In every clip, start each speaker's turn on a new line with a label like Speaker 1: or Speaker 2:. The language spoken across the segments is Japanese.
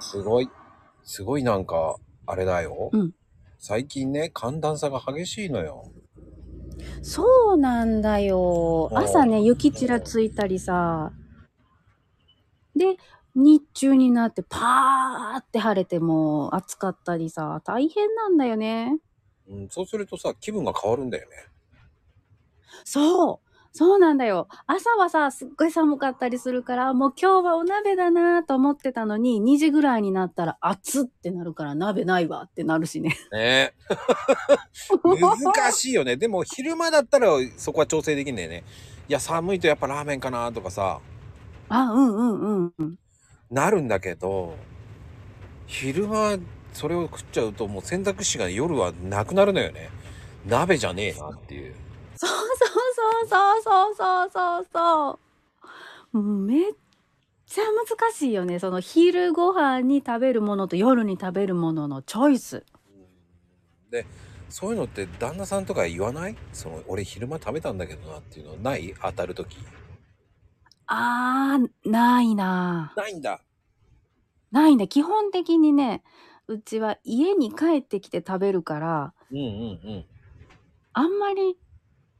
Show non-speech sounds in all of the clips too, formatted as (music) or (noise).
Speaker 1: すごい。すごいなんか、あれだよ。
Speaker 2: うん
Speaker 1: 最近ね、寒暖差が激しいのよ。
Speaker 2: そうなんだよ。
Speaker 1: うん
Speaker 2: 朝ね、雪ちらついたりさ。で、日中になってパーって晴れてもう暑かったりさ、大変なんだよね。
Speaker 1: うん、そうするとさ、気分が変わるんだよね。
Speaker 2: そうそうなんだよ。朝はさ、すっごい寒かったりするから、もう今日はお鍋だなと思ってたのに、2時ぐらいになったら暑ってなるから鍋ないわってなるしね。 (laughs)
Speaker 1: ね難しいよね。でも昼間だったらそこは調整できんだよね。いや、寒いとやっぱラーメンかなとかさ、
Speaker 2: あ、うんうんうん。
Speaker 1: なるんだけど、昼間それを食っちゃうともう選択肢が夜はなくなるのよね。鍋じゃねえなっていう。
Speaker 2: そうそうそうそうそうそうそうそう。めっちゃ難しいよね。その昼ご飯に食べるものと夜に食べるもののチョイス。
Speaker 1: でそういうのって旦那さんとか言わないその俺昼間食べたんだけどなっていうのない当たる時
Speaker 2: あー、ないな
Speaker 1: ないんだ
Speaker 2: ないね。基本的にね、うちは家に帰ってきて食べるから、
Speaker 1: うんうんうん
Speaker 2: あんまり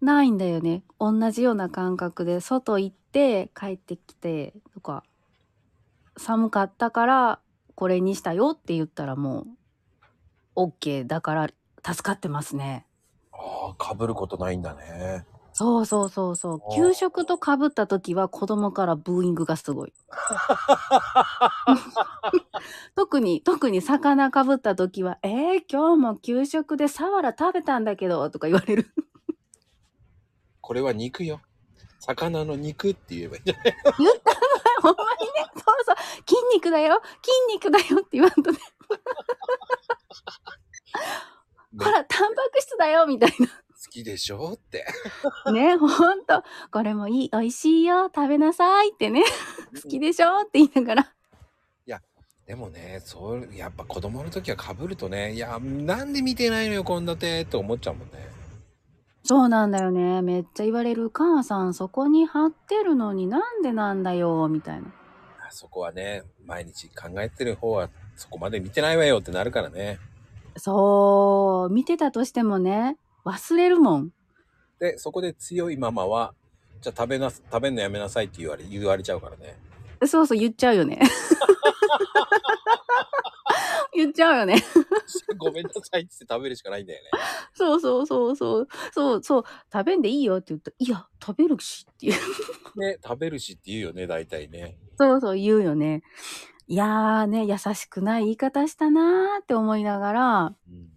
Speaker 2: ないんだよね。同じような感覚で、外行って帰ってきてとか、寒かったからこれにしたよって言ったらもう、OK だから助かってますね。
Speaker 1: ああかぶることないんだね
Speaker 2: そうそうそう
Speaker 1: あ
Speaker 2: そう。
Speaker 1: ー
Speaker 2: 給食と被った時は子供からブーイングがすごい。特に、特に魚被った時は、えー、今日も給食でサワラ食べたんだけど、とか言われる。
Speaker 1: これは肉よ魚の肉って言えばいいんじゃない
Speaker 2: (laughs) ほんまにね、そうそう、筋肉だよ、筋肉だよって言わんとね、ほら、タンパク質だよ、みたい
Speaker 1: 好きでしょって
Speaker 2: な。ね、ほんと、これもいい、美味しいよ、食べなさいってね、好きでしょって言いながら。
Speaker 1: でもねそうやっぱ子供の時はかぶるとねいやなんで見てないのよ献立って思っちゃうもんね
Speaker 2: そうなんだよね、めっちゃ言われる、母さん、そこに貼ってるのになんでなんだよ、みたいな。
Speaker 1: あそこはね毎日考えてる方はそこまで見てないわよってなるからね
Speaker 2: そう、見てたとしてもね、忘れるもん。
Speaker 1: でそこで強いママはじゃあ食べな食べんのやめなさいって言われ言われちゃうからね
Speaker 2: そうそう、言っちゃうよね。言っちゃうよね。
Speaker 1: (laughs) ごめんなさいって言って食べるしかないんだよね
Speaker 2: そうそうそうそう。そうそう。食べんでいいよって言ったら、いや、食べるしっていう。 (laughs)
Speaker 1: ね食べるしって言うよね大体ね
Speaker 2: そうそう言うよね。いやーね、優しくない言い方したなーって思いながら、
Speaker 1: うん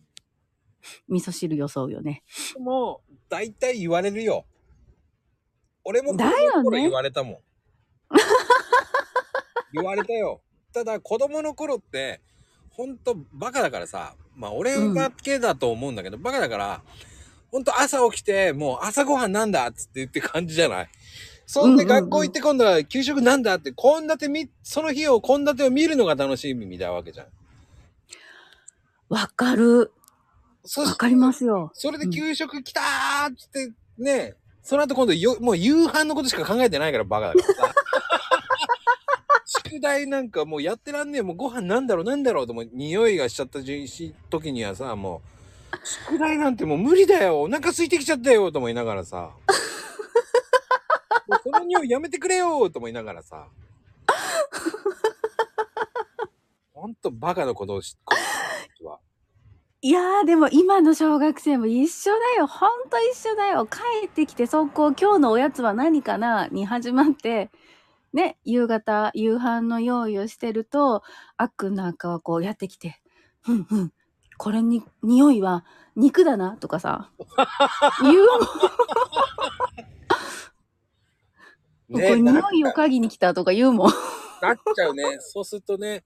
Speaker 2: 味噌汁よそうよね。
Speaker 1: でも大体言われるよ俺も
Speaker 2: だよね
Speaker 1: 子供の頃言われたもん (laughs) 言われたよただ子供の頃ってほんとバカだからさまあ俺だけだと思うんだけど、バカだからほんと朝起きてもう朝ごはんなんだっつって言って感じじゃないそんで
Speaker 2: うんうんうん
Speaker 1: 学校行って今度は給食なんだって献立みその日を献立を見るのが楽しみみたいなわけじゃん
Speaker 2: わかる。
Speaker 1: そ
Speaker 2: わ
Speaker 1: し
Speaker 2: かりますよ。
Speaker 1: それで給食来たーっつってね、その後今度よ、もう夕飯のことしか考えてないからバカだからさ。宿題なんかもうやってらんねえ、もうご飯なんだろうなんだろうともう匂いがしちゃったじし時にはさ、もう、宿題なんてもう無理だよ、お腹空いてきちゃったよと思いながらさ。もうその匂いやめてくれよと思いながらさ。ほんとバカなことをし、ことは。
Speaker 2: いやーでも今の小学生も一緒だよ。ほんと一緒だよ。帰ってきて速攻今日のおやつは何かなに始まって、ね、夕方、夕飯の用意をしてると、あっくんなんかはこうやってきて、ふんふん、これに、匂いは肉だなとか (laughs) さ、言うもん。これ
Speaker 1: なん
Speaker 2: 匂
Speaker 1: か
Speaker 2: いを嗅ぎに来たとか言うもん。
Speaker 1: なっちゃうね。そうするとね、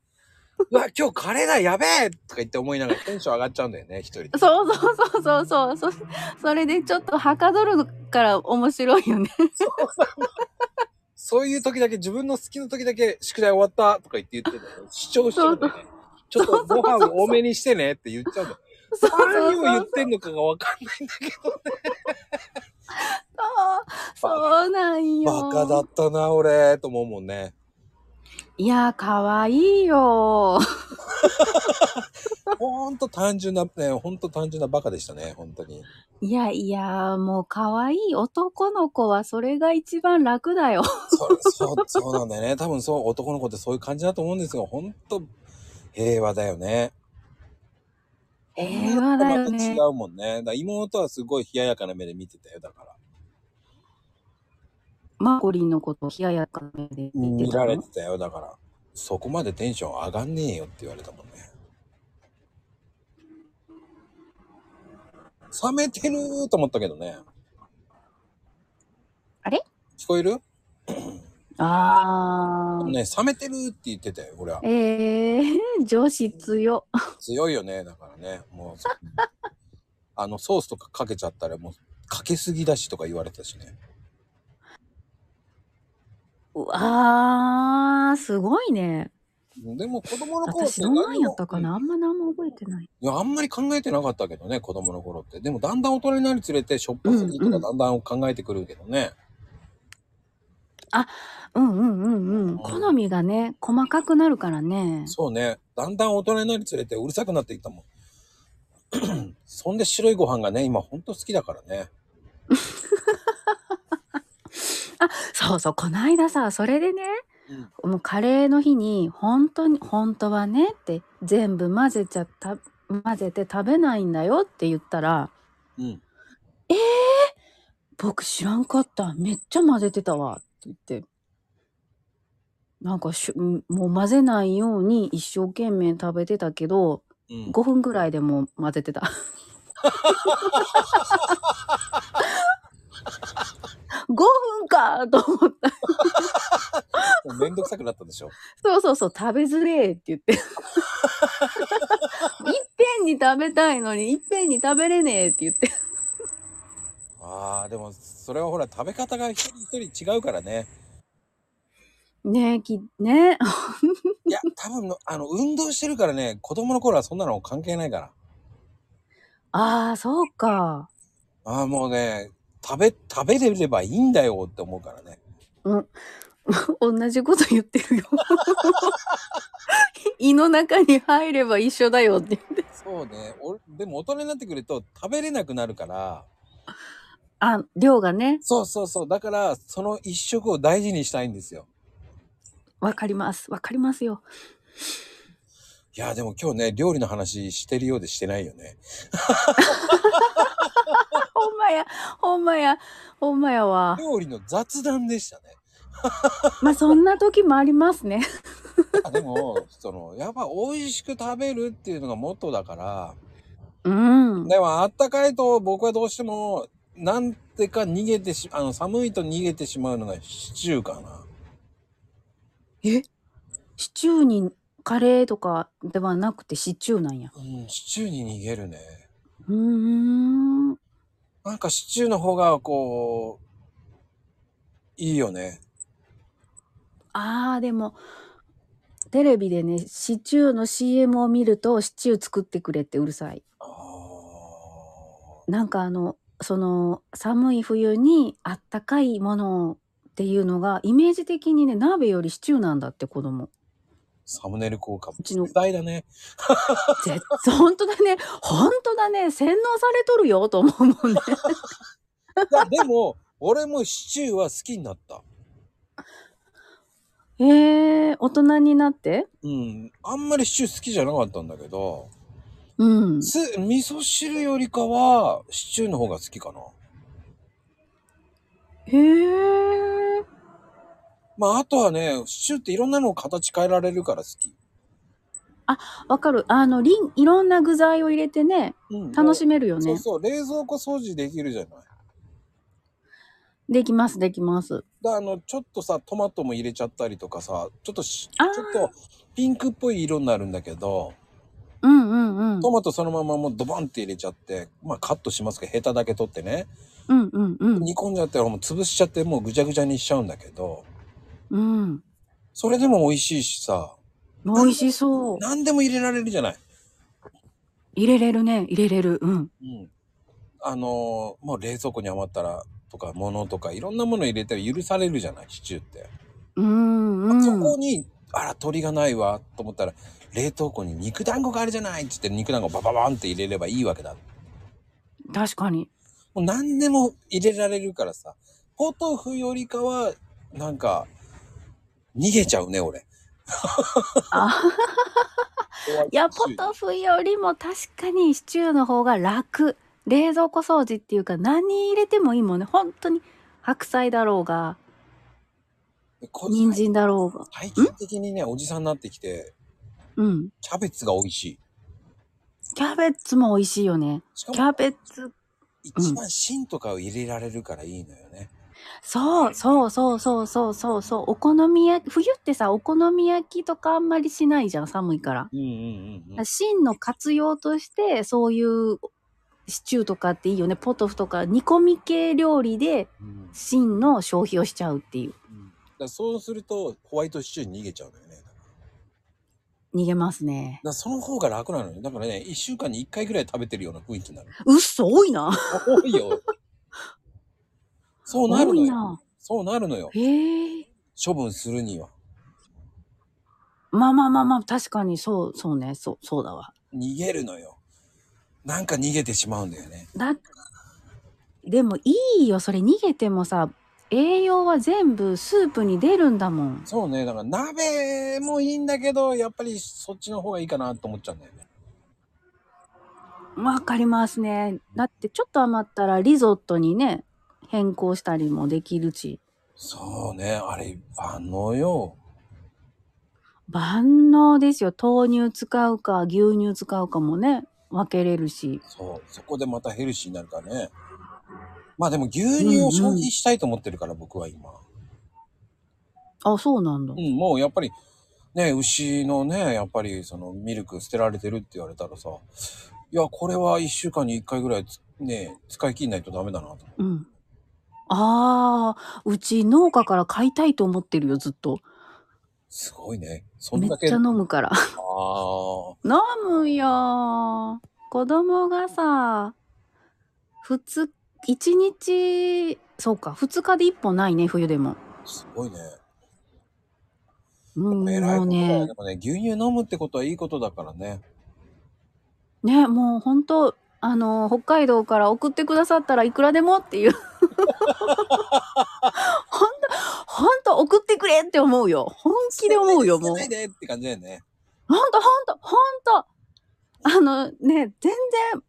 Speaker 1: うわ、今日カレーだ、やべえとか言って思いながらテンション上がっちゃうんだよね、一人で。
Speaker 2: そうそうそうそうそう。そそれでちょっとはかどるから面白いよね。
Speaker 1: そういう時だけ、自分の好きな時だけ、宿題終わったとか言って言ってんだよね。主張しちゃうんだよね。ちょっとご飯多めにしてねって言っちゃうんだよ。
Speaker 2: そうそう
Speaker 1: 何
Speaker 2: そう
Speaker 1: を言ってんのかがわかんないんだけどね。
Speaker 2: そうそうなんよ。
Speaker 1: バカだったな、俺、と思うもんね。
Speaker 2: いやー、かわいいよー。
Speaker 1: ほんと単純な、ね、ほんと単純なバカでしたね、本当に。
Speaker 2: いやいやー、もうかわいい男の子はそれが一番楽だ (laughs) よ。
Speaker 1: そそう、 (laughs) そうなんだよね。多分そう、男の子ってそういう感じだと思うんですが、ほんと平和だよね。
Speaker 2: 平和だよ
Speaker 1: また違
Speaker 2: ね。
Speaker 1: うもんね。だから妹はすごい冷ややかな目で見てたよ、だから。
Speaker 2: マコリンのこと、冷ややかめで見て
Speaker 1: 見
Speaker 2: た
Speaker 1: られ
Speaker 2: の
Speaker 1: てたよ、だから。そこまでテンション上がんねえよって言われたもんね。冷めてると思ったけどね。
Speaker 2: あれ
Speaker 1: 聞こえる
Speaker 2: あー。
Speaker 1: ね、冷めてるって言ってたよ、俺は。
Speaker 2: えー、女子強。
Speaker 1: 強いよねだからねもうそ (laughs) あのソースとかかけちゃったらもうかけすぎだしとか言われてたしね
Speaker 2: うわー、すごいね。
Speaker 1: でも子供の頃って
Speaker 2: 私どんなん
Speaker 1: 何も
Speaker 2: やったかなあんま何も覚えてない。
Speaker 1: いやあんまり考えてなかったけどね子供の頃ってでもだんだん大人になるにつれてしょっぱすぎと
Speaker 2: うん
Speaker 1: か
Speaker 2: うん
Speaker 1: だんだん考えてくるけどね、
Speaker 2: うんうんうんうん。好みがね、細かくなるからね。
Speaker 1: そうねだんだん大人になるにつれてうるさくなっていったもん (clears throat) そんで白いご飯がね今ほんと好きだからね
Speaker 2: そうそう、こないださ、それでね、
Speaker 1: うん
Speaker 2: もうカレーの日に、本当に、本当はねって、全部混ぜちゃった、混ぜて食べないんだよって言ったら、
Speaker 1: うん
Speaker 2: 僕知らんかった。めっちゃ混ぜてたわ。って言って。なんかしゅ、んもう混ぜないように一生懸命食べてたけど、
Speaker 1: うん
Speaker 2: 5分ぐらいでもう混ぜ
Speaker 1: (laughs)
Speaker 2: てた。5分かと思った。
Speaker 1: めんどくさくなったでしょ
Speaker 2: そうそうそう、食べずれえって言って。いっぺんに食べたいのに、いっぺんに食べれねえって言って。
Speaker 1: あーでもそれはほら食べ方が一人一人違うからね
Speaker 2: ねえ、き、ねえ。
Speaker 1: いや、多分の、あの、運動してるからね、子供の頃はそんなの関係ないから。
Speaker 2: ああ、そうか。
Speaker 1: ああ、もうね、食べ、食べれればいいんだよって思うからね。
Speaker 2: 同じこと言ってるよ。胃の中に入れば一緒だよって言って。
Speaker 1: そうね。俺、でも大人になってくると食べれなくなるから、
Speaker 2: あ、量がね、
Speaker 1: そうそうそう。だから、その一食を大事にしたいんですよ。
Speaker 2: わかります。わかりますよ。
Speaker 1: いや、でも今日ね、料理の話してるようでしてないよね。
Speaker 2: ほんまや、ほんまや、ほんまやわ。
Speaker 1: 料理の雑談でしたね。
Speaker 2: まあ、そんな時もありますね。
Speaker 1: あでも、その、やっぱ美味しく食べるっていうのがモットーだから、
Speaker 2: うん。
Speaker 1: でもあったかいと僕はどうしてもなんてか逃げてしあの寒いと逃げてしまうのがシチューかな
Speaker 2: えシチューにカレーとかではなくてシチューなんや。
Speaker 1: うんシチューに逃げるね
Speaker 2: うーん。
Speaker 1: なんかシチューの方がこういいよね
Speaker 2: あーでもテレビでねシチューの CM を見るとシチュー作ってくれってうるさい。
Speaker 1: あー
Speaker 2: なんかあのその寒い冬にあったかいものっていうのがイメージ的にね鍋よりシチューなんだって子供。 (laughs)
Speaker 1: サムネイル効果も
Speaker 2: うちの
Speaker 1: 絶大だね
Speaker 2: 絶対本当だね本当だね洗脳されとるよと思うもんね。 (laughs)
Speaker 1: いやでも俺もシチューは好きになった
Speaker 2: えー、大人になって
Speaker 1: うんあんまりシチュー好きじゃなかったんだけど
Speaker 2: うん。
Speaker 1: す味噌汁よりかはシチューの方が好きかな
Speaker 2: へー。
Speaker 1: まああとはねシチューっていろんなのを形変えられるから好き
Speaker 2: わかる。あの、りん、いろんな具材を入れてね、
Speaker 1: うん
Speaker 2: 楽しめるよ
Speaker 1: そう
Speaker 2: ね。
Speaker 1: そう、冷蔵庫掃除できるじゃない。だ
Speaker 2: できます、できます。
Speaker 1: あの、ちょっとさ、トマトも入れちゃったりとかさ、ちょっとし、ち
Speaker 2: あ
Speaker 1: ょ
Speaker 2: ー
Speaker 1: っとピンクっぽい色になるんだけど、
Speaker 2: うんうんうん。
Speaker 1: トマトそのままもうドバンって入れちゃって、まあカットしますけど、ヘタだけ取ってね、
Speaker 2: うんうんうん。
Speaker 1: 煮込んじゃったらもう潰しちゃって、もうぐちゃぐちゃにしちゃうんだけど、
Speaker 2: うん。
Speaker 1: それでも美味しいしさ、
Speaker 2: 美味しそう。
Speaker 1: 何でも入れられるじゃない。
Speaker 2: 入れれるね、入れれる。うん。
Speaker 1: うん。あのーもう冷蔵庫に余ったら、とか物とかいろんなもの入れて許されるじゃないシチューって、
Speaker 2: うんう
Speaker 1: そ
Speaker 2: ん
Speaker 1: こ。にあら、鶏がないわ、と思ったら、冷凍庫に肉団子があるじゃないっつって肉団子バババンって入れればいいわけだ。
Speaker 2: 確かに。
Speaker 1: もう何でも入れられるからさ、ポトフよりかは、なんか、逃げちゃうね、俺。 (laughs)
Speaker 2: あいや、ポトフよりも確かにシチューの方が楽。冷蔵庫掃除っていうか何入れてもいいもんね。本当に白菜だろうが、
Speaker 1: こ
Speaker 2: 人参だろうが。
Speaker 1: 最近的にね、おじさんになってきて、
Speaker 2: うん。
Speaker 1: キャベツが美味しい。
Speaker 2: キャベツも美味しいよね。
Speaker 1: しか
Speaker 2: キ
Speaker 1: も、
Speaker 2: ャベツ。
Speaker 1: 一番芯とかを入れられるからいいのよね。
Speaker 2: そうそうそうそうそうそうそう。お好み焼き、冬ってさ、お好み焼きとかあんまりしないじゃん、寒いから。
Speaker 1: うんうんうん、うん。
Speaker 2: 芯の活用として、そういうシチューとかっていいよね。ポトフとか煮込み系料理で
Speaker 1: うんだか
Speaker 2: 芯の消費をしちゃうっていう。
Speaker 1: らそうすると、ホワイトシチューに逃げちゃうのよね。だか
Speaker 2: 逃げますね。
Speaker 1: らその方が楽なのよ。だからね、一週間に一回ぐらい食べてるような雰囲気にな (laughs) る。
Speaker 2: うっそ、多いな。
Speaker 1: 多いよ。そうなる
Speaker 2: 多
Speaker 1: の
Speaker 2: い
Speaker 1: よ。
Speaker 2: な。
Speaker 1: そうなるのよ。
Speaker 2: へえ。
Speaker 1: 処分するには。
Speaker 2: まあまあまあまあ、確かにそう、そうね、そう、そうだわ。
Speaker 1: 逃げるのよ。なんか逃げてしまうんだよね。
Speaker 2: だ、でもいいよ、それ逃げてもさ、栄養は全部スープに出るんだもん。
Speaker 1: そうね。だから鍋もいいんだけど、やっぱりそっちの方がいいかなと思っちゃうんだよね。
Speaker 2: わかりますね。だってちょっと余ったらリゾットにね、変更したりもできるし。
Speaker 1: そうね。あれ、あのよ。
Speaker 2: 万能ですよ。豆乳使うか、牛乳使うかもね、分けれるし。
Speaker 1: そう。そこでまたヘルシーになるからね。まあでも牛乳を消費したいと思ってるから、僕は今。
Speaker 2: あ、そうなんだ
Speaker 1: う。ん、もうやっぱり、ね、牛のね、やっぱりそのミルク捨てられてるって言われたらさ、いや、これは一週間に一回ぐらいつね、使い切んないとダメだなと。
Speaker 2: うん。ああ、うち農家から買いたいと思ってるよ、ずっと。
Speaker 1: すごいね。そん
Speaker 2: めっ
Speaker 1: だけ。
Speaker 2: ちゃ
Speaker 1: あ
Speaker 2: 飲むから。 (laughs)
Speaker 1: あ。
Speaker 2: 飲むよ子供がさ、普通、一日、そうか、二日で一本ないね、冬でも。
Speaker 1: すごいね。
Speaker 2: うん、
Speaker 1: 偉いこ
Speaker 2: もう
Speaker 1: とだよ。
Speaker 2: ね
Speaker 1: で、もね、牛乳飲むってことはいいことだからね。
Speaker 2: ね、もう本当あの、北海道から送ってくださったらいくらでもっ
Speaker 1: (laughs)
Speaker 2: ていう。ほんと、ほんと送ってくれって思うよ。本気で思うよ、もう
Speaker 1: 捨。てないで捨てないでって感じだよね。
Speaker 2: ほんとほんとほんとあのね、全然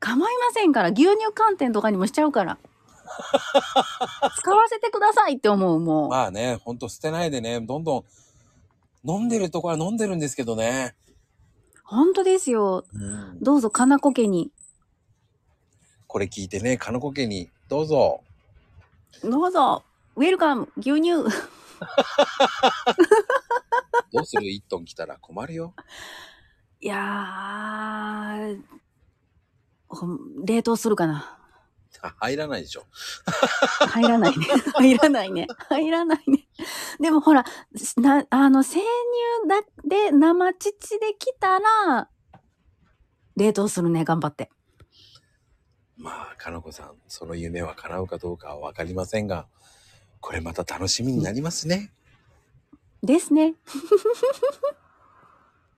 Speaker 2: 構いませんから、牛乳寒天とかにもしちゃ
Speaker 1: (laughs)
Speaker 2: うから。使わせてくださいって思う、もう。
Speaker 1: まあね、ほんと捨てないでね、どんどん飲んでるとこは飲んでるんですけどね。
Speaker 2: ほんとですよ。
Speaker 1: うん、
Speaker 2: どうぞ、金子家に。
Speaker 1: これ聞いてね、金子家にどうぞ。
Speaker 2: どうぞ、ウェルカム、牛乳。
Speaker 1: どうする ?1 トン来たら困るよ。
Speaker 2: いやー、ほん冷凍するかな。
Speaker 1: あ入らないでしょ。
Speaker 2: 入らないね。 (laughs) 入らないね。入らないね。でもほら、なあの、生乳だで生乳できたら、冷凍するね、頑張って。
Speaker 1: まあ、かのこさん、その夢は叶うかどうかはわかりませんが、これまた楽しみになりますね。
Speaker 2: ですね。